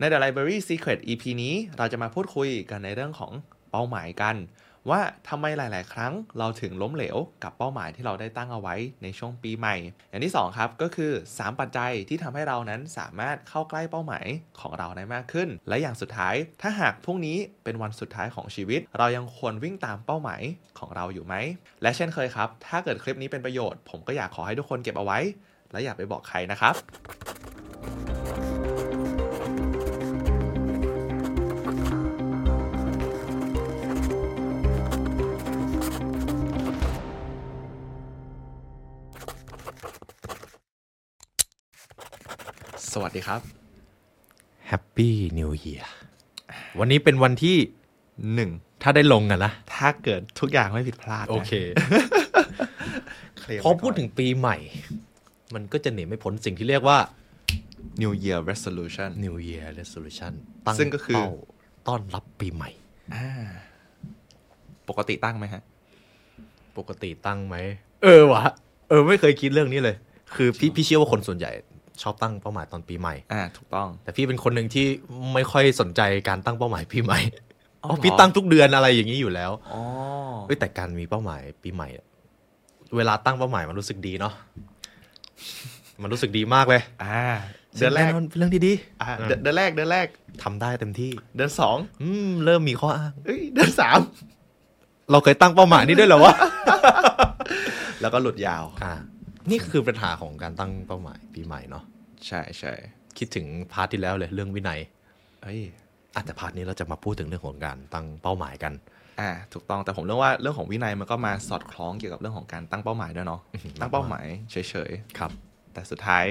ใน The Library Secret EP นี้เราจะมาพูดคุยกันในเรื่องของเป้าหมายกัน ว่าทำไมหลาย ๆ ครั้งเราถึงล้มเหลวกับเป้าหมายที่เราได้ตั้งเอาไว้ในช่วงปีใหม่ อย่างที่สองครับก็คือ 3 ปัจจัยที่ทำให้เรานั้นสามารถเข้าใกล้เป้าหมายของเราได้มากขึ้น และอย่างสุดท้าย ถ้าหากพรุ่งนี้เป็นวันสุดท้ายของชีวิต เรายังควรวิ่งตามเป้าหมายของเราอยู่ไหม และเช่นเคยครับ ถ้าเกิดคลิปนี้เป็นประโยชน์ ผมก็อยากขอให้ทุกคนเก็บเอาไว้ และอย่าไปบอกใครนะครับ สวัสดีครับ แฮปปี้นิว e ยียวันนี้เป็นวันที่ หนึ่ง ถ้าได้ลงอะนะ ถ้าเกิดทุกอย่างไม่ผิดพลาดนะ โอเค เคลียร์ พอพูดถึงปีใหม่ มันก็จะหนีไม่พ้นสิ่งที่เรียกว่า ไว้ก่อน New Year Resolution New Year Resolution ซึ่งก็คือ เป้าต้อนรับปีใหม่ อ่าปกติตั้งไหมฮะ ปกติตั้งไหม เออวะเออไม่เคยคิดเรื่องนี้เลย คือพี่พี่เชื่อว่าคนส่วนใหญ่ชอบตั้งเป้าหมายตอนปีใหม่ อ่า ถูกต้อง แต่พี่เป็นคนหนึ่งที่ไม่ค่อยสนใจการตั้งเป้าหมายปีใหม่ อ๋อ อ๋อ เหรอ พี่ตั้งทุกเดือนอะไรอย่างนี้อยู่แล้ว อ๋อ เอ้ยแต่การมีเป้าหมายปีใหม่อะเวลาตั้งเป้าหมายมันรู้สึกดีเนาะมันรู้สึกดีมาก เลย อ่า เดือนแรก น่นนเป็นเรื่องที่ดี อ่าเดือนเดือนแรก เดือนแรก ทำได้เต็มที่ เดือนสอง อืม เริ่มมีข้ออ้าง เอ้ย เดือนสาม เราเคยตั้งเป้าหมายนี้ด้วยเหรอวะ แล้วก็หลุดยาว อ่า นี่คือปัญหาของการตั้งเป้าหมายปีใหม่เนาะ ใช่ใช่ คิดถึงพาร์ทที่แล้วเลยเรื่องวินัย เอ้ย อาจจะพาร์ทนี้เราจะมาพูดถึงเรื่องของการตั้งเป้าหมายกัน อ่า ถูกต้อง แต่ผมเรื่องว่าเรื่องของวินัยมันก็มาสอดคล้องเกี่ยวกับเรื่องของการตั้งเป้าหมายด้วยเนาะ ตั้งเป้าหมายเฉย ครับ ๆ แต่สุดท้าย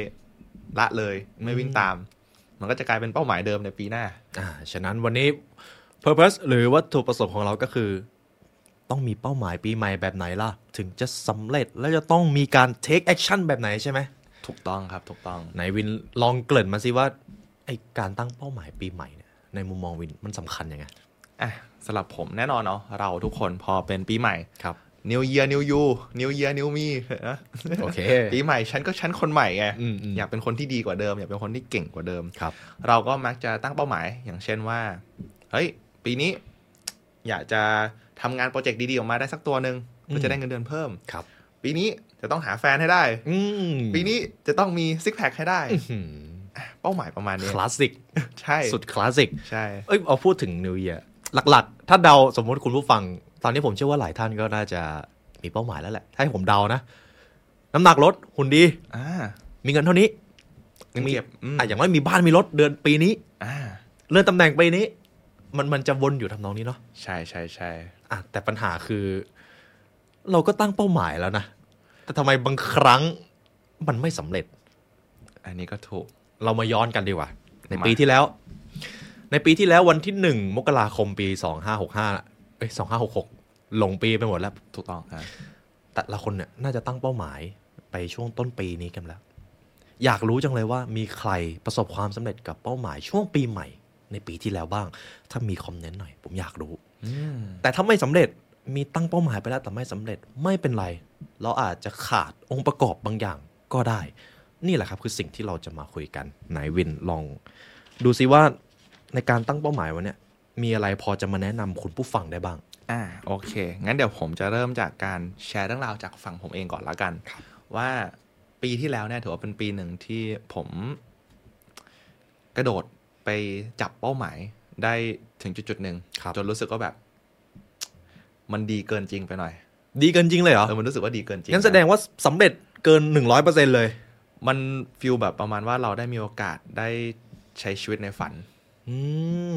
ละเลยไม่วิ่งตาม มันก็จะกลายเป็นเป้าหมายเดิมในปีหน้า อ่า ฉะนั้นวันนี้ purpose หรือวัตถุประสงค์ของเราก็คือ ต้องมีเป้าหมายปีใหม่แบบไหนล่ะ ถึงจะสำเร็จแล้วจะต้องมีการ take action แบบไหนใช่ไหม ถูกต้องครับ ถูกต้อง ไหนวินลองเกริ่นมาสิว่าไอการตั้งเป้าหมายปีใหม่เนี่ยในมุมมองวินมันสำคัญยังไง อ่ะสำหรับผมแน่นอนเนาะเราทุกคนพอเป็นปีใหม่ ครับ New Year New You New Year New Me นะ โอเค ปีใหม่ฉันก็ฉันคนใหม่ไง อืมอืม อยากเป็นคนที่ดีกว่าเดิม อยากเป็นคนที่เก่งกว่าเดิม ครับ เราก็มักจะตั้งเป้าหมายอย่างเช่นว่า เฮ้ย ปีนี้ อยากจะทำงานโปรเจกต์ดีๆ ออกมาได้สักตัวหนึ่ง อืม ก็จะได้เงินเดือนเพิ่ม ครับ ปีนี้จะต้องหาแฟนให้ได้ อืม ปีนี้จะต้องมีซิกแพคให้ได้ หืม เป้าหมายประมาณนี้ คลาสสิก ใช่ สุดคลาสสิก ใช่ เอ้ยเอาพูดถึง New Year หลักๆ ถ้าเดาสมมติคุณผู้ฟัง ตอนนี้ผมเชื่อว่าหลายท่านก็น่าจะมีเป้าหมายแล้วแหละ ถ้าให้ผมเดานะ น้ำหนักลดหุ่นดี อ่า มีเงินเท่านี้ เงินเก็บอืม อ่ะอย่างน้อยมีบ้านมีรถเดือนปีนี้ อ่า เลื่อนตำแหน่งปีนี้ มันมันจะวนอยู่ทำนองนี้เนาะ ใช่ใช่ใช่ อ่ะแต่ปัญหาคือ เราก็ตั้งเป้าหมายแล้วนะ แต่ทำไมบางครั้งมันไม่สำเร็จ อันนี้ก็ถูก เรามาย้อนกันดีกว่า ใน มา ปีที่แล้ว ในปีที่แล้ววันที่หนึ่งมกราคมปีสองห้าหกห้าเอ้ยสองห้าหกหกหลงปีไปหมดแล้ว ถูกต้องครับ แต่ละคนเนี่ยน่าจะตั้งเป้าหมายไปช่วงต้นปีนี้กันแล้ว อยากรู้จังเลยว่ามีใครประสบความสำเร็จกับเป้าหมายช่วงปีใหม่ ในปีที่แล้วบ้าง ถ้ามีคอมเมนต์หน่อย ผมอยากรู้ อืม แต่ถ้าไม่สำเร็จมีตั้งเป้าหมายไปแล้วแต่ไม่สำเร็จไม่เป็นไร เราอาจจะขาดองค์ประกอบบางอย่างก็ได้ นี่แหละครับคือสิ่งที่เราจะมาคุยกันไหนวินลอง ดูซิว่าในการตั้งเป้าหมายวันเนี้ยมีอะไรพอจะมาแนะนำคุณผู้ฟังได้บ้าง อ่าโอเค งั้นเดี๋ยวผมจะเริ่มจากการแชร์เรื่องราวจากฝั่งผมเองก่อนละกัน ครับ ว่าปีที่แล้วเนี่ยถือว่าเป็นปีหนึ่งที่ผมกระโดดไปจับเป้าหมายได้ถึงจุดจุดๆหนึ่ง ครับ จนรู้สึกว่าแบบ มันดีเกินจริงไปหน่อย ดีเกินจริงเลยเหรอ เออมันรู้สึกว่าดีเกินจริง งั้นแสดงว่าสำเร็จเกิน 100%เลย มันฟิลแบบประมาณว่าเราได้มีโอกาสได้ใช้ชีวิตในฝัน อืม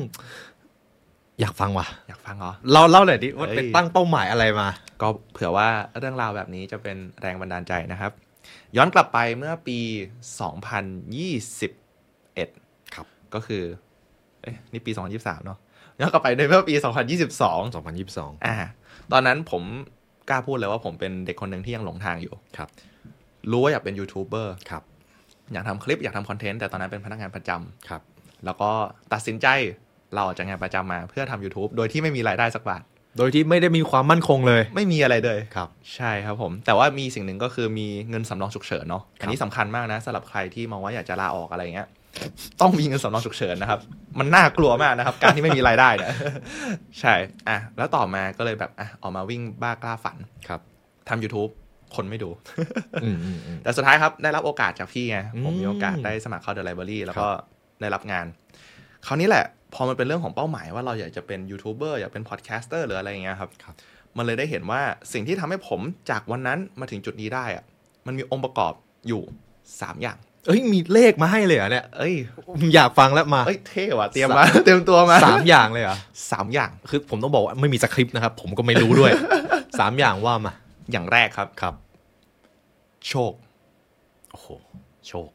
อยากฟังว่ะ อยากฟังเหรอ เราเล่าหน่อยดิว่า เฮ้ย ไปตั้งเป้าหมายอะไรมา ก็เผื่อว่าเรื่องราวแบบนี้จะเป็นแรงบันดาลใจนะครับ ย้อนกลับไปเมื่อปี 2021 ครับ ก็คือ เอ๊ะนี่ปี 2023 เนาะย้อนกลับไปในเมื่อปี 2022 2022 อ่า ตอนนั้นผมกล้าพูดเลยว่าผมเป็นเด็กคนหนึ่งที่ยังหลงทางอยู่ ครับ รู้ว่าอยากเป็นยูทูบเบอร์ ครับ อยากทำคลิปอยากทำคอนเทนต์แต่ตอนนั้นเป็นพนักงานประจ ครับ ำแล้วก็ตัดสินใจเราออกจากงานประจำมาเพื่อทำ YouTube โดยที่ไม่มีรายได้สักบาท โดยที่ไม่ได้มีความมั่นคงเลย ไม่มีอะไรเลย ครับ ใช่ครับผม แต่ว่ามีสิ่งหนึ่งก็คือมีเงินสำรองฉุกเฉินเนาะอันนี้สำคัญมากนะสำหรับใครที่มองว่าอยากจะลาออกอะไรเงี้ย ต้องมีเงินสำรองฉุกเฉินนะครับ มันน่ากลัวมากนะครับ การที่ไม่มีรายได้ เนะ ใช่อ่ะแล้วต่อมาก็เลยแบบอ่ะออกมาวิ่งบ้ากล้าฝัน ครับ ทำ YouTube คนไม่ดู อืมอืมอืม แต่สุดท้ายครับ ได้รับโอกาสจากพี่ไงผมมีโอกาส อืม ได้สมัครเข้า The Library แล้ว ครับ ก็ได้รับงาน คราวนี้แหละ พอมันเป็นเรื่องของเป้าหมายว่าเราอยากจะเป็นยูทูบเบอร์อยากเป็นพอดแคสเตอร์หรืออะไรอย่างเงี้ยครับ ครับ มันเลยได้เห็นว่าสิ่งที่ทำให้ผมจากวันนั้นมาถึงจุดนี้ได้อะมันมีองค์ประกอบอยู่ 3 อย่าง เอ้ยมีเลขมาให้เลยเหรอเนี่ย เอ้ย อยากฟัง แล้วมา เอ้ยเท่ว่ะเตรียมมา เตรียมตัวมา สามอย่างเลยเหรอ สามอย่าง คือผมต้องบอกว่าไม่มีสคริปต์นะครับ ผมก็ไม่รู้ด้วย สามอย่างว่ามา อย่างแรกครับ ครับ โชค โอ้โหโชค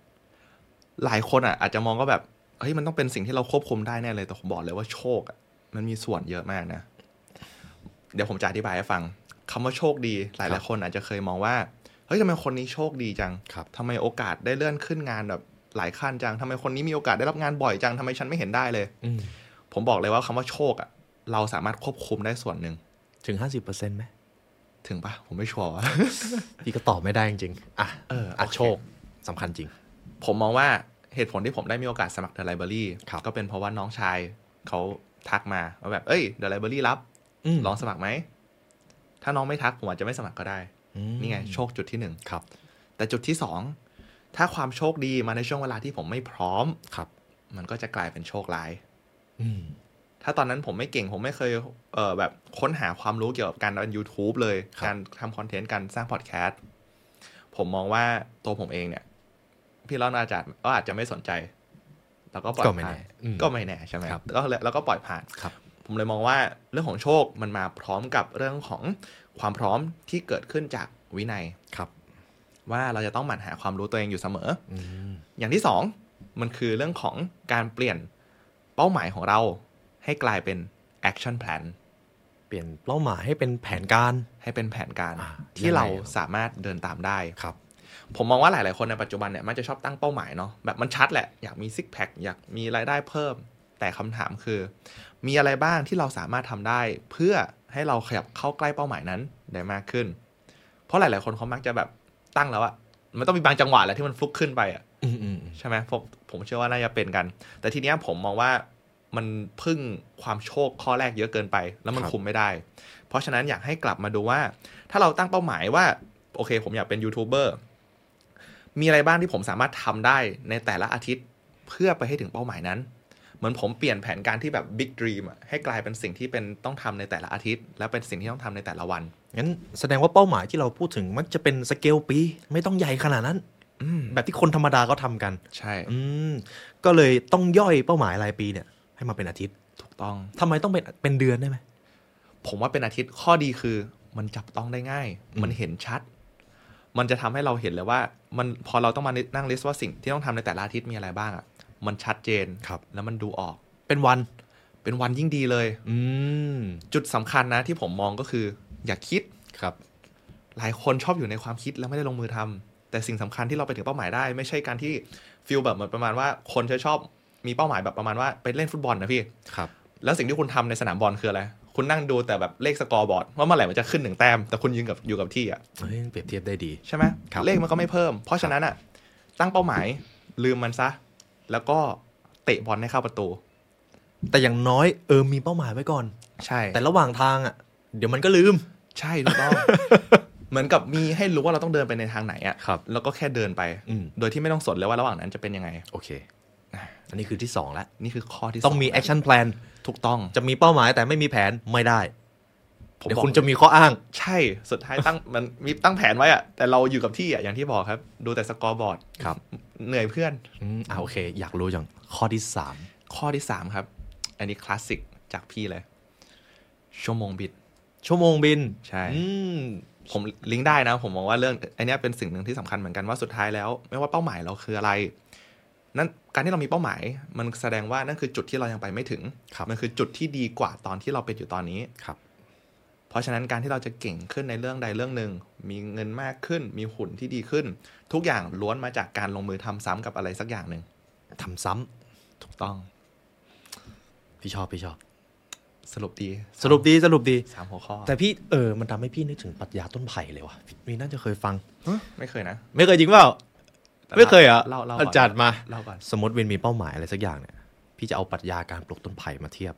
หลายคนอ่ะอาจจะมองก็แบบเฮ้ยมันต้องเป็นสิ่งที่เราควบคุมได้แน่เลยแต่ผมบอกเลยว่าโชคอะมันมีส่วนเยอะมากนะ เดี๋ยวผมจะอธิบายให้ฟังคำว่าโชคดี หลายห ครั ลาย บ คนอาจจะเคยมองว่าเฮ้ยทำไมคนนี้โชคดีจัง ครับ ทำไมโอกาสได้เลื่อนขึ้นงานแบบหลายขั้นจังทำไมคนนี้มีโอกาสได้รับงานบ่อยจังทำไมฉันไม่เห็นได้เลย อืม ผมบอกเลยว่าคำว่าโชคอ่ะ เราสามารถควบคุมได้ส่วนหนึ่ง ถึงห้าสิบเปอร์เซ็นต์ไหม ถึงปะผมไม่ชัวร์ว่ะ พี่ก็ตอบไม่ได้จริงๆอ่ะ เออ อ่ะ โอเค โชคสำคัญจริง ผมมองว่าเหตุผลที่ผมได้มีโอกาสสมัคร The Library ครับ ก็เป็นเพราะว่าน้องชายเขาทักมาว่าแบบเอ้ย The Library รับ อืม ลองสมัครไหม ถ้าน้องไม่ทักผมอาจจะไม่สมัครก็ได้ อืม นี่ไง โชคจุดที่หนึ่ง ครับ แต่จุดที่สอง ถ้าความโชคดีมาในช่วงเวลาที่ผมไม่พร้อม ครับ มันก็จะกลายเป็นโชคร้าย อืม ถ้าตอนนั้นผมไม่เก่งผมไม่เคยเอ่อแบบค้นหาความรู้เกี่ยวกับการทำ YouTube เลย การทำคอนเทนต์ การสร้างพอดแคสต์ ผมมองว่าตัวผมเองเนี่ย พี่เล่าอาจารย์ก็อาจจะไม่สนใจ แล้วก็ปล่อย ก็ไม่ ผ่าน แน่อืม ก็ไม่แน่ใช่ไหม ครับ แล้วก็เลยแล้วก็ปล่อยผ่าน ครับ ผมเลยมองว่าเรื่องของโชคมันมาพร้อมกับเรื่องของความพร้อมที่เกิดขึ้นจากวินัย ครับ ว่าเราจะต้องหมั่นหาความรู้ตัวเองอยู่เสมอ อืม อย่างที่สองมันคือเรื่องของการเปลี่ยนเป้าหมายของเราให้กลายเป็น action plan เปลี่ยนเป้าหมายให้เป็นแผนการ ให้เป็นแผนการ อ่า ที่ ยังไง เรา ครับ สามารถเดินตามได้ ครับ ผมมองว่าหลาย ๆ คนในปัจจุบันเนี่ยมันจะชอบตั้งเป้าหมายเนาะแบบมันชัดแหละ อยากมีซิกแพคอยากมีรายได้เพิ่ม แต่คำถามคือ มีอะไรบ้างที่เราสามารถทำได้ เพื่อให้เราขยับเข้าใกล้เป้าหมายนั้นได้มากขึ้น เพราะหลาย ๆ คนเขามักจะแบบตั้งแล้วอะมันต้องมีบางจังหวะแหละที่มันฟลุกขึ้นไปอะ อืมอืม ใช่ไหมผมผมเชื่อว่าน่าจะเป็นกัน แต่ทีเนี้ยผมมองว่ามันพึ่งความโชคข้อแรกเยอะเกินไป แล้วมันคุมไม่ได้ เพราะฉะนั้นอยากให้กลับมาดูว่า ถ้าเราตั้งเป้าหมายว่า โอเค ผมอยากเป็นยูทูบเบอร์ มีอะไรบ้างที่ผมสามารถทำได้ในแต่ละอาทิตย์เพื่อไปให้ถึงเป้าหมายนั้น เหมือนผมเปลี่ยนแผนการที่แบบบิ๊กด e ีมให้กลายเป็นสิ่งที่เป็นต้องทำในแต่ละอาทิตย์ และเป็นสิ่งที่ต้องทำในแต่ละวัน งั้นแสดงว่าเป้าหมายที่เราพูดถึงมักจะเป็นสเกลปีไม่ต้องใหญ่ขนาดนั้น อืม แบบที่คนธรรมดาก็ทำกัน ใช่ อืมก็เลยต้องย่อยเป้าหมายรายปีเนี่ย ให้มาเป็นอาทิตย์ ถูกต้อง ทำไมต้องเป็นเป็นเดือนได้ไหม ผมว่าเป็นอาทิตย์ข้อดีคือ มันจับต้องได้ง่าย อืม มันเห็นชัด มันจะทำให้เราเห็นเลยว่า มันพอเราต้องมานั่งลิสต์ว่าสิ่งที่ต้องทำในแต่ละอาทิตย์มีอะไรบ้างอะมันชัดเจน ครับ แล้วมันดูออก เป็นวัน เป็นวันยิ่งดีเลย อืม จุดสำคัญนะที่ผมมองก็คือ อย่าคิด ครับ หลายคนชอบอยู่ในความคิดแล้วไม่ได้ลงมือทำแต่สิ่งสำคัญที่เราไปถึงเป้าหมายได้ ไม่ใช่การที่ฟิลแบบเหมือนประมาณว่า คนจะชอบมีเป้าหมายแบบประมาณว่าไปเล่นฟุตบอลนะพี่ ครับ แล้วสิ่งที่คุณทำในสนามบอลคืออะไร คุณนั่งดูแต่แบบเลขสกอร์บอร์ดว่าเมื่อไหร่มันจะขึ้นหนึ่งแต้มแต่คุณยืนกับอยู่กับที่อ่ะ เฮ้ยเปรียบเทียบได้ดี ใช่ไหม ครับ เลขมันก็ไม่เพิ่ม เพราะฉะนั้นอ่ะตั้งเป้าหมายลืมมันซะ แล้วก็เตะบอลให้เข้าประตู แต่อย่างน้อยเออมีเป้าหมายไว้ก่อน ใช่ แต่ระหว่างทางอ่ะ เดี๋ยวมันก็ลืม ใช่ถูกต้อง เหมือนกับมีให้รู้ว่าเราต้องเดินไปในทางไหนอะ ครับ แล้วก็แค่เดินไป อืม โดยที่ไม่ต้องสนเลยว่าระหว่างนั้นจะเป็นยังไง โอเค อันนี้คือที่ 2 แล้ว นี่คือข้อที่ ต้องมี ส แอคชั่นแพลน ถูกต้อง จะมีเป้าหมายแต่ไม่มีแผนไม่ได้ ผม เดี๋ยว บอก คุณจะมีข้ออ้าง ใช่ สุดท้ายตั้ง มันมีตั้งแผนไว้อะแต่เราอยู่กับที่อะอย่างที่บอกครับ ดูแต่สกอร์บอร์ด ครับ เหนื่อยเพื่อน อืมอ่าโอเค อยากรู้อย่างข้อที่สาม ข้อที่สามครับ อันนี้คลาสสิกจากพี่เลย ชั่วโมงบิด ชั่วโมงบิน ใช่ อืม ผมลิงก์ได้นะ ผมมองว่าเรื่องอันเนี้ยเป็นสิ่งหนึ่งที่สำคัญเหมือนกันว่าสุดท้ายแล้ว ไม่ว่าเป้าหมายเราคืออะไร นั้นการที่เรามีเป้าหมาย มันแสดงว่านั่นคือจุดที่เรายังไปไม่ถึง ครับ มันคือจุดที่ดีกว่าตอนที่เราเป็นอยู่ตอนนี้ ครับ เพราะฉะนั้นการที่เราจะเก่งขึ้นในเรื่องใดเรื่องหนึ่งมีเงินมากขึ้น มีหุ่นที่ดีขึ้น ทุกอย่างล้วนมาจากการลงมือทำซ้ำกับอะไรสักอย่างหนึ่ง ทำซ้ำ ถูกต้อง พี่ชอบพี่ชอบ สรุปดี สรุปดีสรุปดี สามหัวข้อ แต่พี่เออมันทำให้พี่นึกถึงปรัชญาต้นไผ่เลยว่ะพี่น่าจะเคยฟัง ฮะไม่เคยนะ ไม่เคยจริงเปล่า แต่ ไม่เคยเหรอ่ะ เล่าเล่า อา ก่น จารย์มา เล่าก่อน สมมติวินมีเป้าหมายอะไรสักอย่างเนี่ย พี่จะเอาปรัชญาการปลูกต้นไผ่มาเทียบ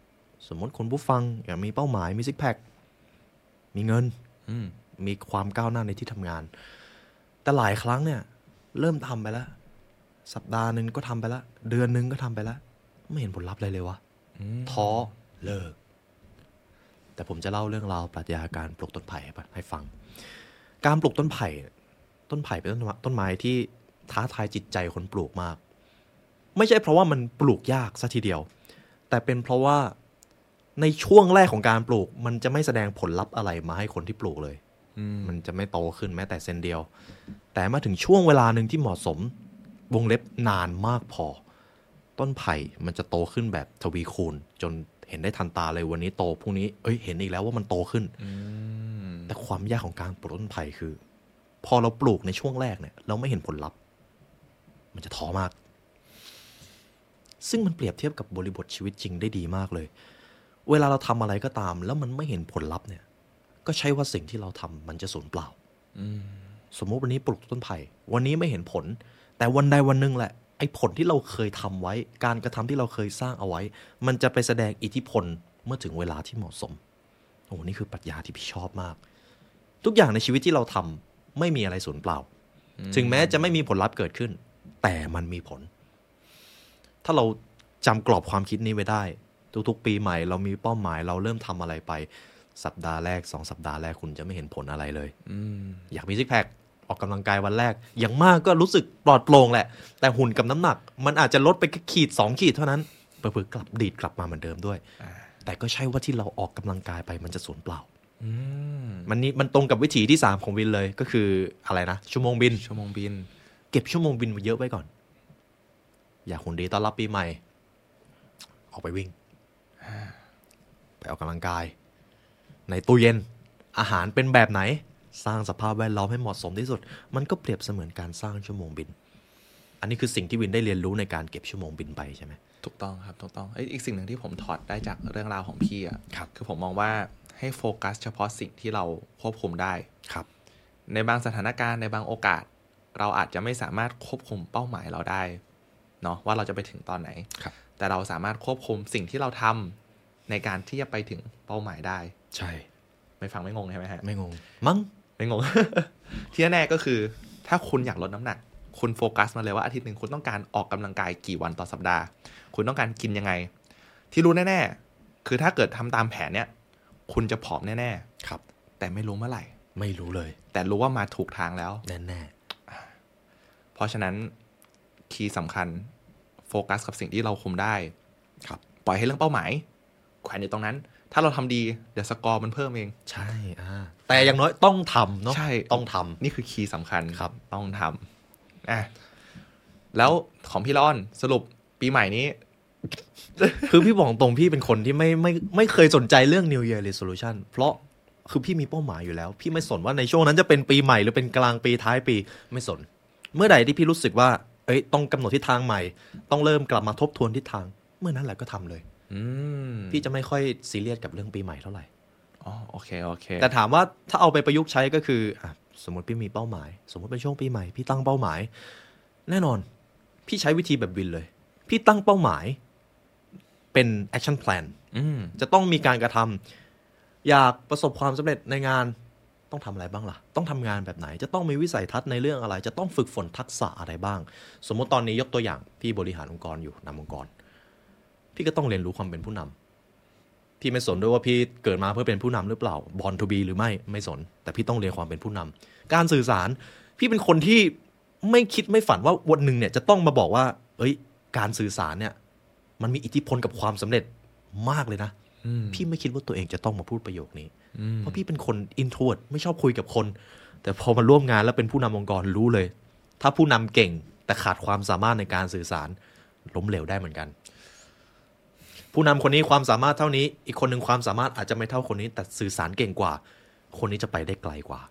สมมติคนผู้ฟังอยากมีเป้าหมายมีซิกแพค มีเงิน อืม มีความก้าวหน้าในที่ทำงาน แต่หลายครั้งเนี่ย เริ่มทำไปแล้ว สัปดาห์หนึ่งก็ทำไปแล้ว เดือนหนึ่งก็ทำไปแล้ว ไม่เห็นผลลัพธ์อะไรเลยวะ อืม ท้อเลิก แต่ผมจะเล่าเรื่องราวปรัชญาการปลูกต้นไผ่ให้ปะให้ฟัง การปลูกต้นไผ่เนี่ยต้นไผ่เป็นต้นไม้ต้นไม้ที่ท้าทายจิตใจคนปลูกมาก ไม่ใช่เพราะว่ามันปลูกยากซะทีเดียว แต่เป็นเพราะว่าในช่วงแรกของการปลูก มันจะไม่แสดงผลลัพธ์อะไรมาให้คนที่ปลูกเลย อืม มันจะไม่โตขึ้นแม้แต่เซนเดียว แต่มาถึงช่วงเวลาหนึ่งที่เหมาะสม วงเล็บนานมากพอ ต้นไผ่มันจะโตขึ้นแบบทวีคูณ จนเห็นได้ทันตาเลยวันนี้โตพรุ่งนี้เอ้ยเห็นอีกแล้วว่ามันโตขึ้น อืม แต่ความยากของการปลูกต้นไผ่คือ พอเราปลูกในช่วงแรกเนี่ยเราไม่เห็นผลลัพธ์ มันจะท้อมาก ซึ่งมันเปรียบเทียบกับบริบทชีวิตจริงได้ดีมากเลย เวลาเราทำอะไรก็ตาม แล้วมันไม่เห็นผลลัพธ์เนี่ย ก็ใช่ว่าสิ่งที่เราทำมันจะสูญเปล่า อืม สมมุติวันนี้ปลูกต้นไผ่ วันนี้ไม่เห็นผล แต่วันใดวันหนึ่งแหละ ไอ้ผลที่เราเคยทำไว้ การกระทำที่เราเคยสร้างเอาไว้ มันจะไปแสดงอิทธิพลเมื่อถึงเวลาที่เหมาะสม โอ้โหนี่คือปรัชญาที่พี่ชอบมาก ทุกอย่างในชีวิตที่เราทำไม่มีอะไรสูญเปล่า ถึงแม้จะไม่มีผลลัพธ์เกิดขึ้น แต่มันมีผล ถ้าเราจำกรอบความคิดนี้ไว้ได้ ทุกๆ ปีใหม่เรามีเป้าหมายเราเริ่มทำอะไรไป สัปดาห์แรกสองสัปดาห์แรกคุณจะไม่เห็นผลอะไรเลย อืม อยากมีซิกแพคออกกำลังกายวันแรก อย่างมากก็รู้สึกปลอดโปร่งแหละ แต่หุ่นกับน้ำหนัก มันอาจจะลดไปแค่ขีด 2 ขีดเท่านั้นเผลอๆกลับดีดกลับมาเหมือนเดิมด้วย อ่า แต่ก็ใช่ว่าที่เราออกกำลังกายไปมันจะสูญเปล่า อืม มันนี่มันตรงกับวิถีที่ 3 ของวินเลยก็คืออะไรนะ ชั่วโมงบิน ชั่วโมงบิน เก็บชั่วโมงบินไว้เยอะไว้ก่อน อยากหุ่นดีต้อนรับปีใหม่ ออกไปวิ่ง ไปออกกำลังกาย ในตู้เย็น อาหารเป็นแบบไหน สร้างสภาพแวดล้อมให้เหมาะสมที่สุด มันก็เปรียบเสมือนการสร้างชั่วโมงบิน อันนี้คือสิ่งที่วินได้เรียนรู้ในการเก็บชั่วโมงบินไปใช่ไหม ถูกต้องครับถูกต้องเอ้ยอีกสิ่งหนึ่งที่ผมถอดได้จากเรื่องราวของพี่อ่ะ ครับ คือผมมองว่าให้โฟกัสเฉพาะสิ่งที่เราควบคุมได้ ครับ ในบางสถานการณ์ในบางโอกาส เราอาจจะไม่สามารถควบคุมเป้าหมายเราได้เนาะว่าเราจะไปถึงตอนไหน ครับ แต่เราสามารถควบคุมสิ่งที่เราทำในการที่จะไปถึงเป้าหมายได้ ใช่ ไม่ฟังไม่งงใช่ไหมฮะ ไม่งง มั้ง ไม่งง ที่แน่ๆก็คือ ถ้าคุณอยากลดน้ำหนัก คุณโฟกัสมาเลยว่าอาทิตย์หนึ่งคุณต้องการออกกำลังกายกี่วันต่อสัปดาห์ คุณต้องการกินยังไง ที่รู้แน่ๆ คือถ้าเกิดทำตามแผนเนี้ยคุณจะผอมแน่ ครับ ๆ แต่ไม่รู้เมื่อไหร่ ไม่รู้เลย แต่รู้ว่ามาถูกทางแล้ว แน่ เพราะฉะนั้นคีย์สำคัญโฟกัสกับสิ่งที่เราคุมได้ ๆครับ ปล่อยให้เรื่องเป้าหมายแขวนอยู่ตรงนั้น ถ้าเราทำดีเดี๋ยวสกอร์มันเพิ่มเอง ใช่อ่าแต่อย่างน้อยต้องทำเนาะ ใช่ ต้องท นี่คือคีย์สำคัญ ครับ ต้องทำอ่ะแล้วของพี่ล่อนสรุปปีใหม่นี้ ำ คือพี่บอกตรงพี่เป็นคนที่ไม่ไม่ไม่เคยสนใจเรื่อง New Year Resolution เพราะคือพี่มีเป้าหมายอยู่แล้ว พี่ไม่สนว่าในช่วงนั้นจะเป็นปีใหม่หรือเป็นกลางปีท้ายปีไม่สน เมื่อใดที่พี่รู้สึกว่า เอ้ยต้องกำหนดทิศทางใหม่ ต้องเริ่มกลับมาทบทวนทิศทาง เมื่อนั้นแหละก็ทำเลย อืม พี่จะไม่ค่อยซีเรียสกับเรื่องปีใหม่เท่าไหร่ อ๋อโอเค โอเค แต่ถามว่าถ้าเอาไปประยุกต์ใช้ก็คืออะสมมติพี่มีเป้าหมาย สมมติเป็นช่วงปีใหม่ พี่ตั้งเป้าหมาย แน่นอน พี่ใช้วิธีแบบวินเลย พี่ตั้งเป้าหมายเป็นแอคชั่นแพลน อืม จะต้องมีการกระทำอยากประสบความสำเร็จในงานต้องทำอะไรบ้างล่ะ ต้องทำงานแบบไหน จะต้องมีวิสัยทัศน์ในเรื่องอะไร จะต้องฝึกฝนทักษะอะไรบ้าง สมมติตอนนี้ยกตัวอย่างพี่บริหารองค์กรอยู่นำองค์กร พี่ก็ต้องเรียนรู้ความเป็นผู้นำพี่ไม่สนด้วยว่าพี่เกิดมาเพื่อเป็นผู้นำหรือเปล่าบอลทูบีหรือไม่ไม่สน แต่พี่ต้องเรียนความเป็นผู้นำการสื่อสาร พี่เป็นคนที่ไม่คิดไม่ฝันว่าวันหนึ่งเนี่ยจะต้องมาบอกว่า เอ้ย การสื่อสารเนี่ยมันมีอิทธิพลกับความสำเร็จมากเลยนะ อืม พี่ไม่คิดว่าตัวเองจะต้องมาพูดประโยคนี้ อืม เพราะพี่เป็นคนอินโทรดไม่ชอบคุยกับคน แต่พอมาร่วมงานแล้วเป็นผู้นำองค์กรรู้เลย ถ้าผู้นำเก่งแต่ขาดความสามารถในการสื่อสารล้มเหลวได้เหมือนกัน ผู้นำคนนี้ความสามารถเท่านี้ อีกคนหนึ่งความสามารถอาจจะไม่เท่าคนนี้ แต่สื่อสารเก่งกว่า คนนี้จะไปได้ไกลกว่า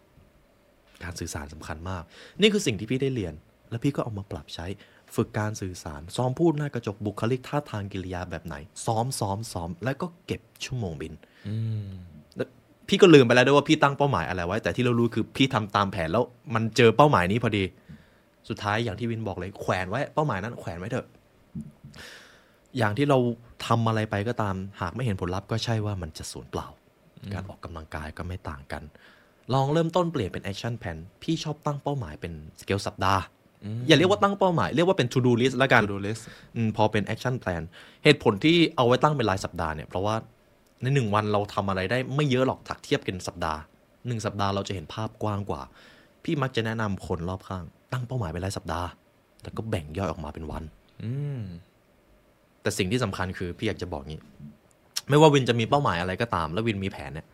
การสื่อสารสำคัญมาก นี่คือสิ่งที่พี่ได้เรียน แล้วพี่ก็เอามาปรับใช้ ฝึกการสื่อสาร ซ้อมพูดหน้ากระจกบุคลิกท่าทางกิริยาแบบไหน ซ้อมซ้อมซ้อมแล้วก็เก็บชั่วโมงบิน อืม พี่ก็ลืมไปแล้วด้วยว่าพี่ตั้งเป้าหมายอะไรไว้ แต่ที่เรารู้คือพี่ทำตามแผนแล้วมันเจอเป้าหมายนี้พอดี สุดท้ายอย่างที่วินบอกเลยแขวนไว้เป้าหมายนั้นแขวนไว้เถอะ อย่างที่เราทำอะไรไปก็ตาม หากไม่เห็นผลลัพธ์ก็ใช่ว่ามันจะสูญเปล่า การออกกำลังกายก็ไม่ต่างกัน ลองเริ่มต้นเปลี่ยนเป็นแอคชั่นแผนพี่ชอบตั้งเป้าหมายเป็นสเกลสัปดาห์ อย่าเรียกว่าตั้งเป้าหมาย เรียกว่าเป็น to do list ละกัน ดูลิส อืมพอเป็นแอคชั่นแ a นเหตุผลที่เอาไว้ตั้งเป็นรายสัปดาห์เนี่ย เพราะว่าในหนึ่งวันเราทำอะไรได้ไม่เยอะหรอกถักเทียบกันสัปดาห์หนึ่งสัปดาห์เราจะเห็นภาพกว้างกว่า พี่มักจะแนะนำคนรอบข้าง ตั้งเป้าหมายเป็นรายสัปดาห์ แล้วก็แบ่งย่อยออกมาเป็นวัน อืม แต่สิ่งที่สำคัญคือพี่อยากจะบอกงี้ ไม่ว่าวินจะมีเป้าหมายอะไรก็ตาม แล้ววินมีแผนเนี่ย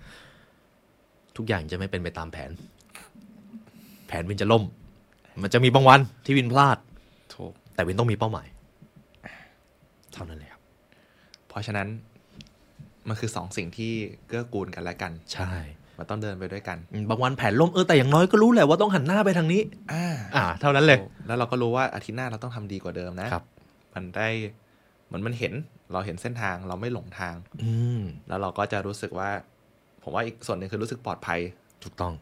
ทุกอย่างจะไม่เป็นไปตามแผน แผนวินจะล่ม มันจะมีบางวันที่วินพลาด ถูก แต่วินต้องมีเป้าหมายเท่านั้นเลยครับ เพราะฉะนั้น มันคือสองสิ่งที่เกื้อกูลกันและกัน ใช่ มันต้องเดินไปด้วยกัน อืมบางวันแผนล่มเออแต่อย่างน้อยก็รู้แหละว่าต้องหันหน้าไปทางนี้ อ่า อ่า เท่านั้นเลย แล้วเราก็รู้ว่าอาทิตย์หน้าเราต้องทำดีกว่าเดิมนะ ครับ มันได้เหมือนมันเห็นเราเห็นเส้นทางเราไม่หลงทาง อืม แล้วเราก็จะรู้สึกว่า ผมว่าอีกส่วนหนึ่งคือรู้สึกปลอดภัย ถูกต้อง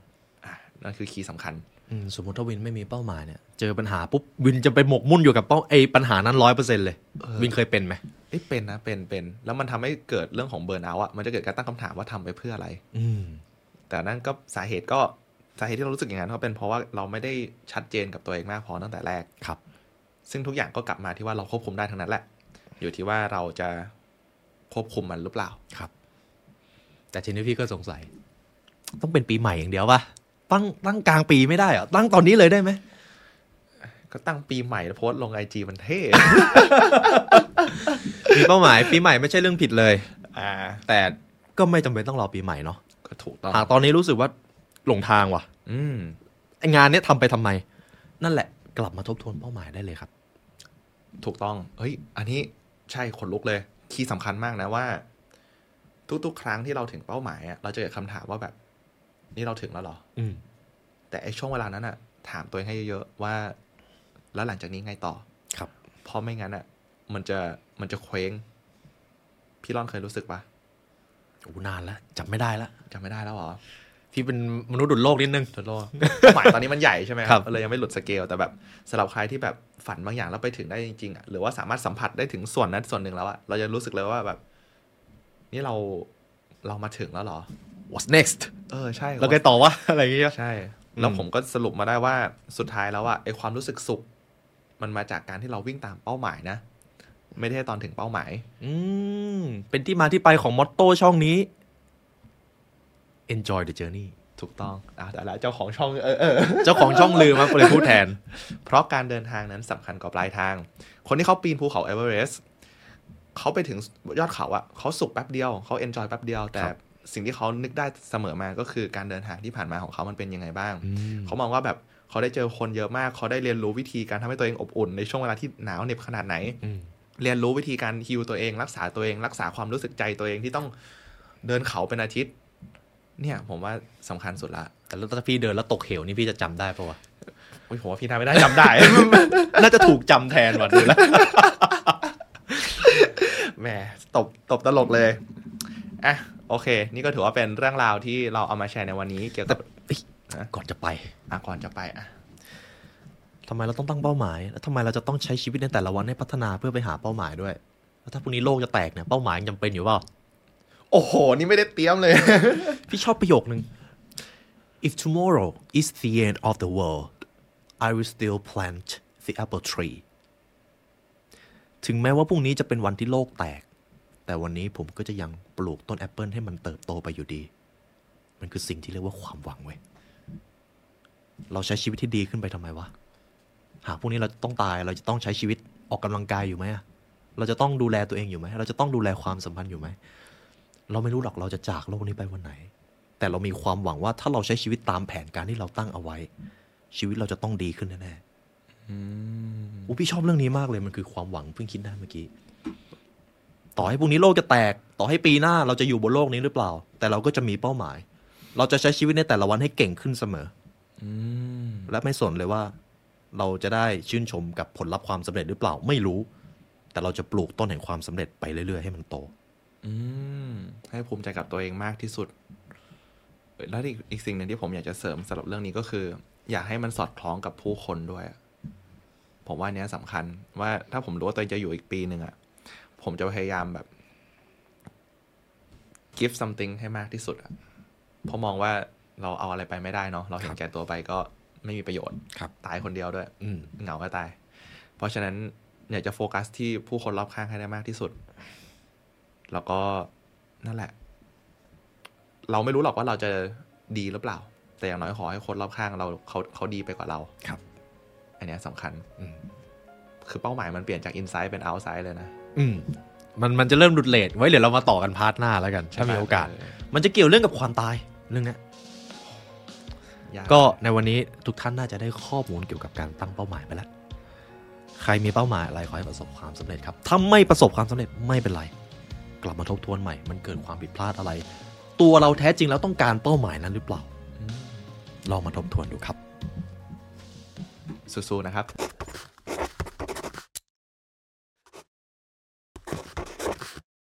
อ่ะนั่นคือคีย์สำคัญ อืมสมมติถ้าวินไม่มีเป้าหมายเนี่ย เจอปัญหาปุ๊บวินจะไปหมกมุ่นอยู่กับเป้าไอ้ปัญหานั้นร้อยเปอร์เซ็นต์เลย เออ วินเคยเป็นไหม เอ้ยเป็นนะเป็นเป็นแล้วมันทำให้เกิดเรื่องของเบิร์นเอาท์อ่ะมันจะเกิดการตั้งคำถามว่าทำไปเพื่ออะไร อืม แต่นั่นก็สาเหตุก็สาเหตุที่เรารู้สึกอย่างนั้นก็เป็นเพราะว่าเราไม่ได้ชัดเจนกับตัวเองมากพอตั้งแต่แรก ครับ ซึ่งทุกอย่างก็กลับมาที่ว่าเราควบคุมได้ทั้งนั้นแหละ อยู่ที่ว่าเราจะควบคุมมันหรือเปล่า ครับ แต่ทีนี้พี่ก็สงสัย ต้องเป็นปีใหม่อย่างเดียวปะตั้งตั้งกลางปีไม่ได้เหรอตั้งตอนนี้เลยได้ไหม ก็ตั้งปีใหม่แล้วโพสต์ลงไอจีมันเท่ มีเป้าหมาย ปีใหม่ไม่ใช่เรื่องผิดเลย อ่า แต่ก็ไม่จำเป็นต้องรอปีใหม่เนาะ ก็ถูกต้อง หากตอนนี้รู้สึกว่าหลงทางว่ะ อืม ไอ้งานเนี้ยทำไปทำไม นั่นแหละ กลับมาทบทวนเป้าหมายได้เลยครับ ถูกต้อง เฮ้ย อันนี้ใช่ขนลุกเลย คีย์สำคัญมากนะว่า ทุกๆ ครั้งที่เราถึงเป้าหมายอะเราจะเกิดคำถามว่าแบบ นี่เราถึงแล้วเหรอ อืม แต่ไอช่วงเวลานั้นอะถามตัวเองให้เยอะๆว่า แล้วหลังจากนี้ไงต่อ ครับ เพราะไม่งั้นอะมันจะมันจะเคว้ง พี่ร่อนเคยรู้สึกปะ โอ้นานแล้วจำไม่ได้ละ จำไม่ได้แล้วเหรอ พี่เป็นมนุษย์ดุดโลกนิดนึง ทดลอง หมายตอนนี้มันใหญ่ใช่ไหม ครับ เลยยังไม่หลุดสเกลแต่แบบสำหรับใครที่แบบฝันบางอย่างแล้วไปถึงได้จริงๆอ่ะหรือว่าสามารถสัมผัสได้ถึงส่วนนั้นส่วนหนึ่งแล้วอ่ะเราจะรู้สึกเลยว่าแบบ นี่เราเรามาถึงแล้วเหรอ What's next เออใช่ เราเคยต่อวะ อะไรอย่างเงี้ย ใช่ แล้วผมก็สรุปมาได้ว่าสุดท้ายแล้วอ่ะไอความรู้สึกสุข มันมาจากการที่เราวิ่งตามเป้าหมายนะ ไม่ได้ตอนถึงเป้าหมาย อืม เป็นที่มาที่ไปของมอตโต้ช่องนี้ enjoy the journey ถูกต้องอ่ะแต่ละเจ้าของช่องเออเออ เจ้าของช่องลืมครับก็เลยพูดแทน เพราะการเดินทางนั้นสำคัญกว่าปลายทาง คนที่เขาปีนภูเขาเอเวอเรสต์เขาไปถึงยอดเขาอะเขาสุขแป๊บเดียว เขาเอนจอยแป๊บเดียว แต่ ครับ สิ่งที่เขานึกได้เสมอมาก็คือการเดินทางที่ผ่านมาของเขามันเป็นยังไงบ้าง เขามองว่าแบบเขาได้เจอคนเยอะมาก เขาได้เรียนรู้วิธีการทำให้ตัวเองอบอุ่นในช่วงเวลาที่หนาวเหน็บขนาดไหน อืม เรียนรู้วิธีการฮิวตัวเอง รักษาตัวเอง รักษาความรู้สึกใจตัวเองที่ต้องเดินเขาเป็นอาทิตย์ เนี่ยผมว่าสำคัญสุดละ แต่แล้วถ้าพี่เดินแล้วตกเหวนี่พี่จะจำได้ปะวะ อุ๊ยผมว่าพี่น่าไม่ได้จำได้ น่าจะถูกจำแทนวันนี้ละ แหมตบตบตลกเลยอ่ะโอเค นี่ก็ถือว่าเป็นเรื่องราวที่เราเอามาแชร์ในวันนี้เกี่ยวกับ ก่อนจะไป อะก่อนจะไปอ่ะ ทำไมเราต้องตั้งเป้าหมาย แล้วทำไมเราจะต้องใช้ชีวิตในแต่ละวันให้พัฒนาเพื่อไปหาเป้าหมายด้วย แล้วถ้าพรุ่งนี้โลกจะแตกเนี่ยเป้าหมายยังจำเป็นอยู่เปล่า โอ้โห นี่ไม่ได้เตรียมเลย พี่ชอบประโยคนึง if tomorrow is the end of the world I will still plant the apple tree ถึงแม้ว่าพรุ่งนี้จะเป็นวันที่โลกแตก แต่วันนี้ผมก็จะยังปลูกต้นแอปเปิลให้มันเติบโตไปอยู่ดี มันคือสิ่งที่เรียกว่าความหวังเว้ย เราใช้ชีวิตที่ดีขึ้นไปทำไมวะ หากพรุ่งนี้เราจะต้องตาย เราจะต้องใช้ชีวิตออกกำลังกายอยู่ไหมอะเราจะต้องดูแลตัวเองอยู่ไหม เราจะต้องดูแลความสัมพันธ์อยู่ไหม เราไม่รู้หรอกเราจะจากโลกนี้ไปวันไหน แต่เรามีความหวังว่าถ้าเราใช้ชีวิตตามแผนการที่เราตั้งเอาไว้ ชีวิตเราจะต้องดีขึ้นแน่ๆอูพี่ชอบเรื่องนี้มากเลยมันคือความหวังเพิ่งคิดได้เมื่อกี้ ต่อให้พรุ่งนี้โลกจะแตก ต่อให้ปีหน้าเราจะอยู่บนโลกนี้หรือเปล่า แต่เราก็จะมีเป้าหมาย เราจะใช้ชีวิตในแต่ละวันให้เก่งขึ้นเสมอ และไม่สนเลยว่า เราจะได้ชื่นชมกับผลลัพธ์ความสำเร็จหรือเปล่าไม่รู้ แต่เราจะปลูกต้นแห่งความสำเร็จไปเรื่อยๆให้มันโต อืมให้ภูมิใจกับตัวเองมากที่สุด แล้วอีกอีกสิ่งหนึ่งที่ผมอยากจะเสริมสำหรับเรื่องนี้ก็คือ อยากให้มันสอดคล้องกับผู้คนด้วยอะ ผมว่าอันเนี้ยสำคัญว่าถ้าผมรู้ว่าตัวเองจะอยู่อีกปีหนึ่งอะผมจะพยายามแบบ give something ให้มากที่สุดอะเพราะมองว่าเราเอาอะไรไปไม่ได้เนาะเราเห็นแก่ตัวไปก็ไม่มีประโยชน์ ครับ ตายคนเดียวด้วย อืม เหงาก็ตาย เพราะฉะนั้นอยากจะโฟกัสที่ผู้คนรอบข้างให้ได้มากที่สุด แล้วก็นั่นแหละ เราไม่รู้หรอกว่าเราจะดีหรือเปล่า แต่อย่างน้อยขอให้คนรอบข้างเราเขาเขาดีไปกว่าเรา ครับ อันเนี้ยสำคัญ อืม คือเป้าหมายมันเปลี่ยนจากอินไซด์เป็นเอา s ไซด์เลยนะ อืมมันมันจะเริ่มหลุดเลทไว้เดี๋ยวเรามาต่อกันพาร์ทหน้าแล้วกัน ถ้ามีโอกาส มันจะเกี่ยวเรื่องกับความตายเรื่องเนี้ย ยา ก็ในวันนี้ทุกท่านน่าจะได้ข้อมูลเกี่ยวกับการตั้งเป้าหมายไปแล้ว ใครมีเป้าหมายอะไรขอให้ประสบความสำเร็จครับ ถ้าไม่ประสบความสำเร็จไม่เป็นไร กลับมาทบทวนใหม่ มันเกิดความผิดพลาดอะไร ตัวเราแท้จริงแล้วต้องการเป้าหมายนั้นหรือเปล่า อืม ลองมาทบทวนดูครับ สู้ๆนะครับ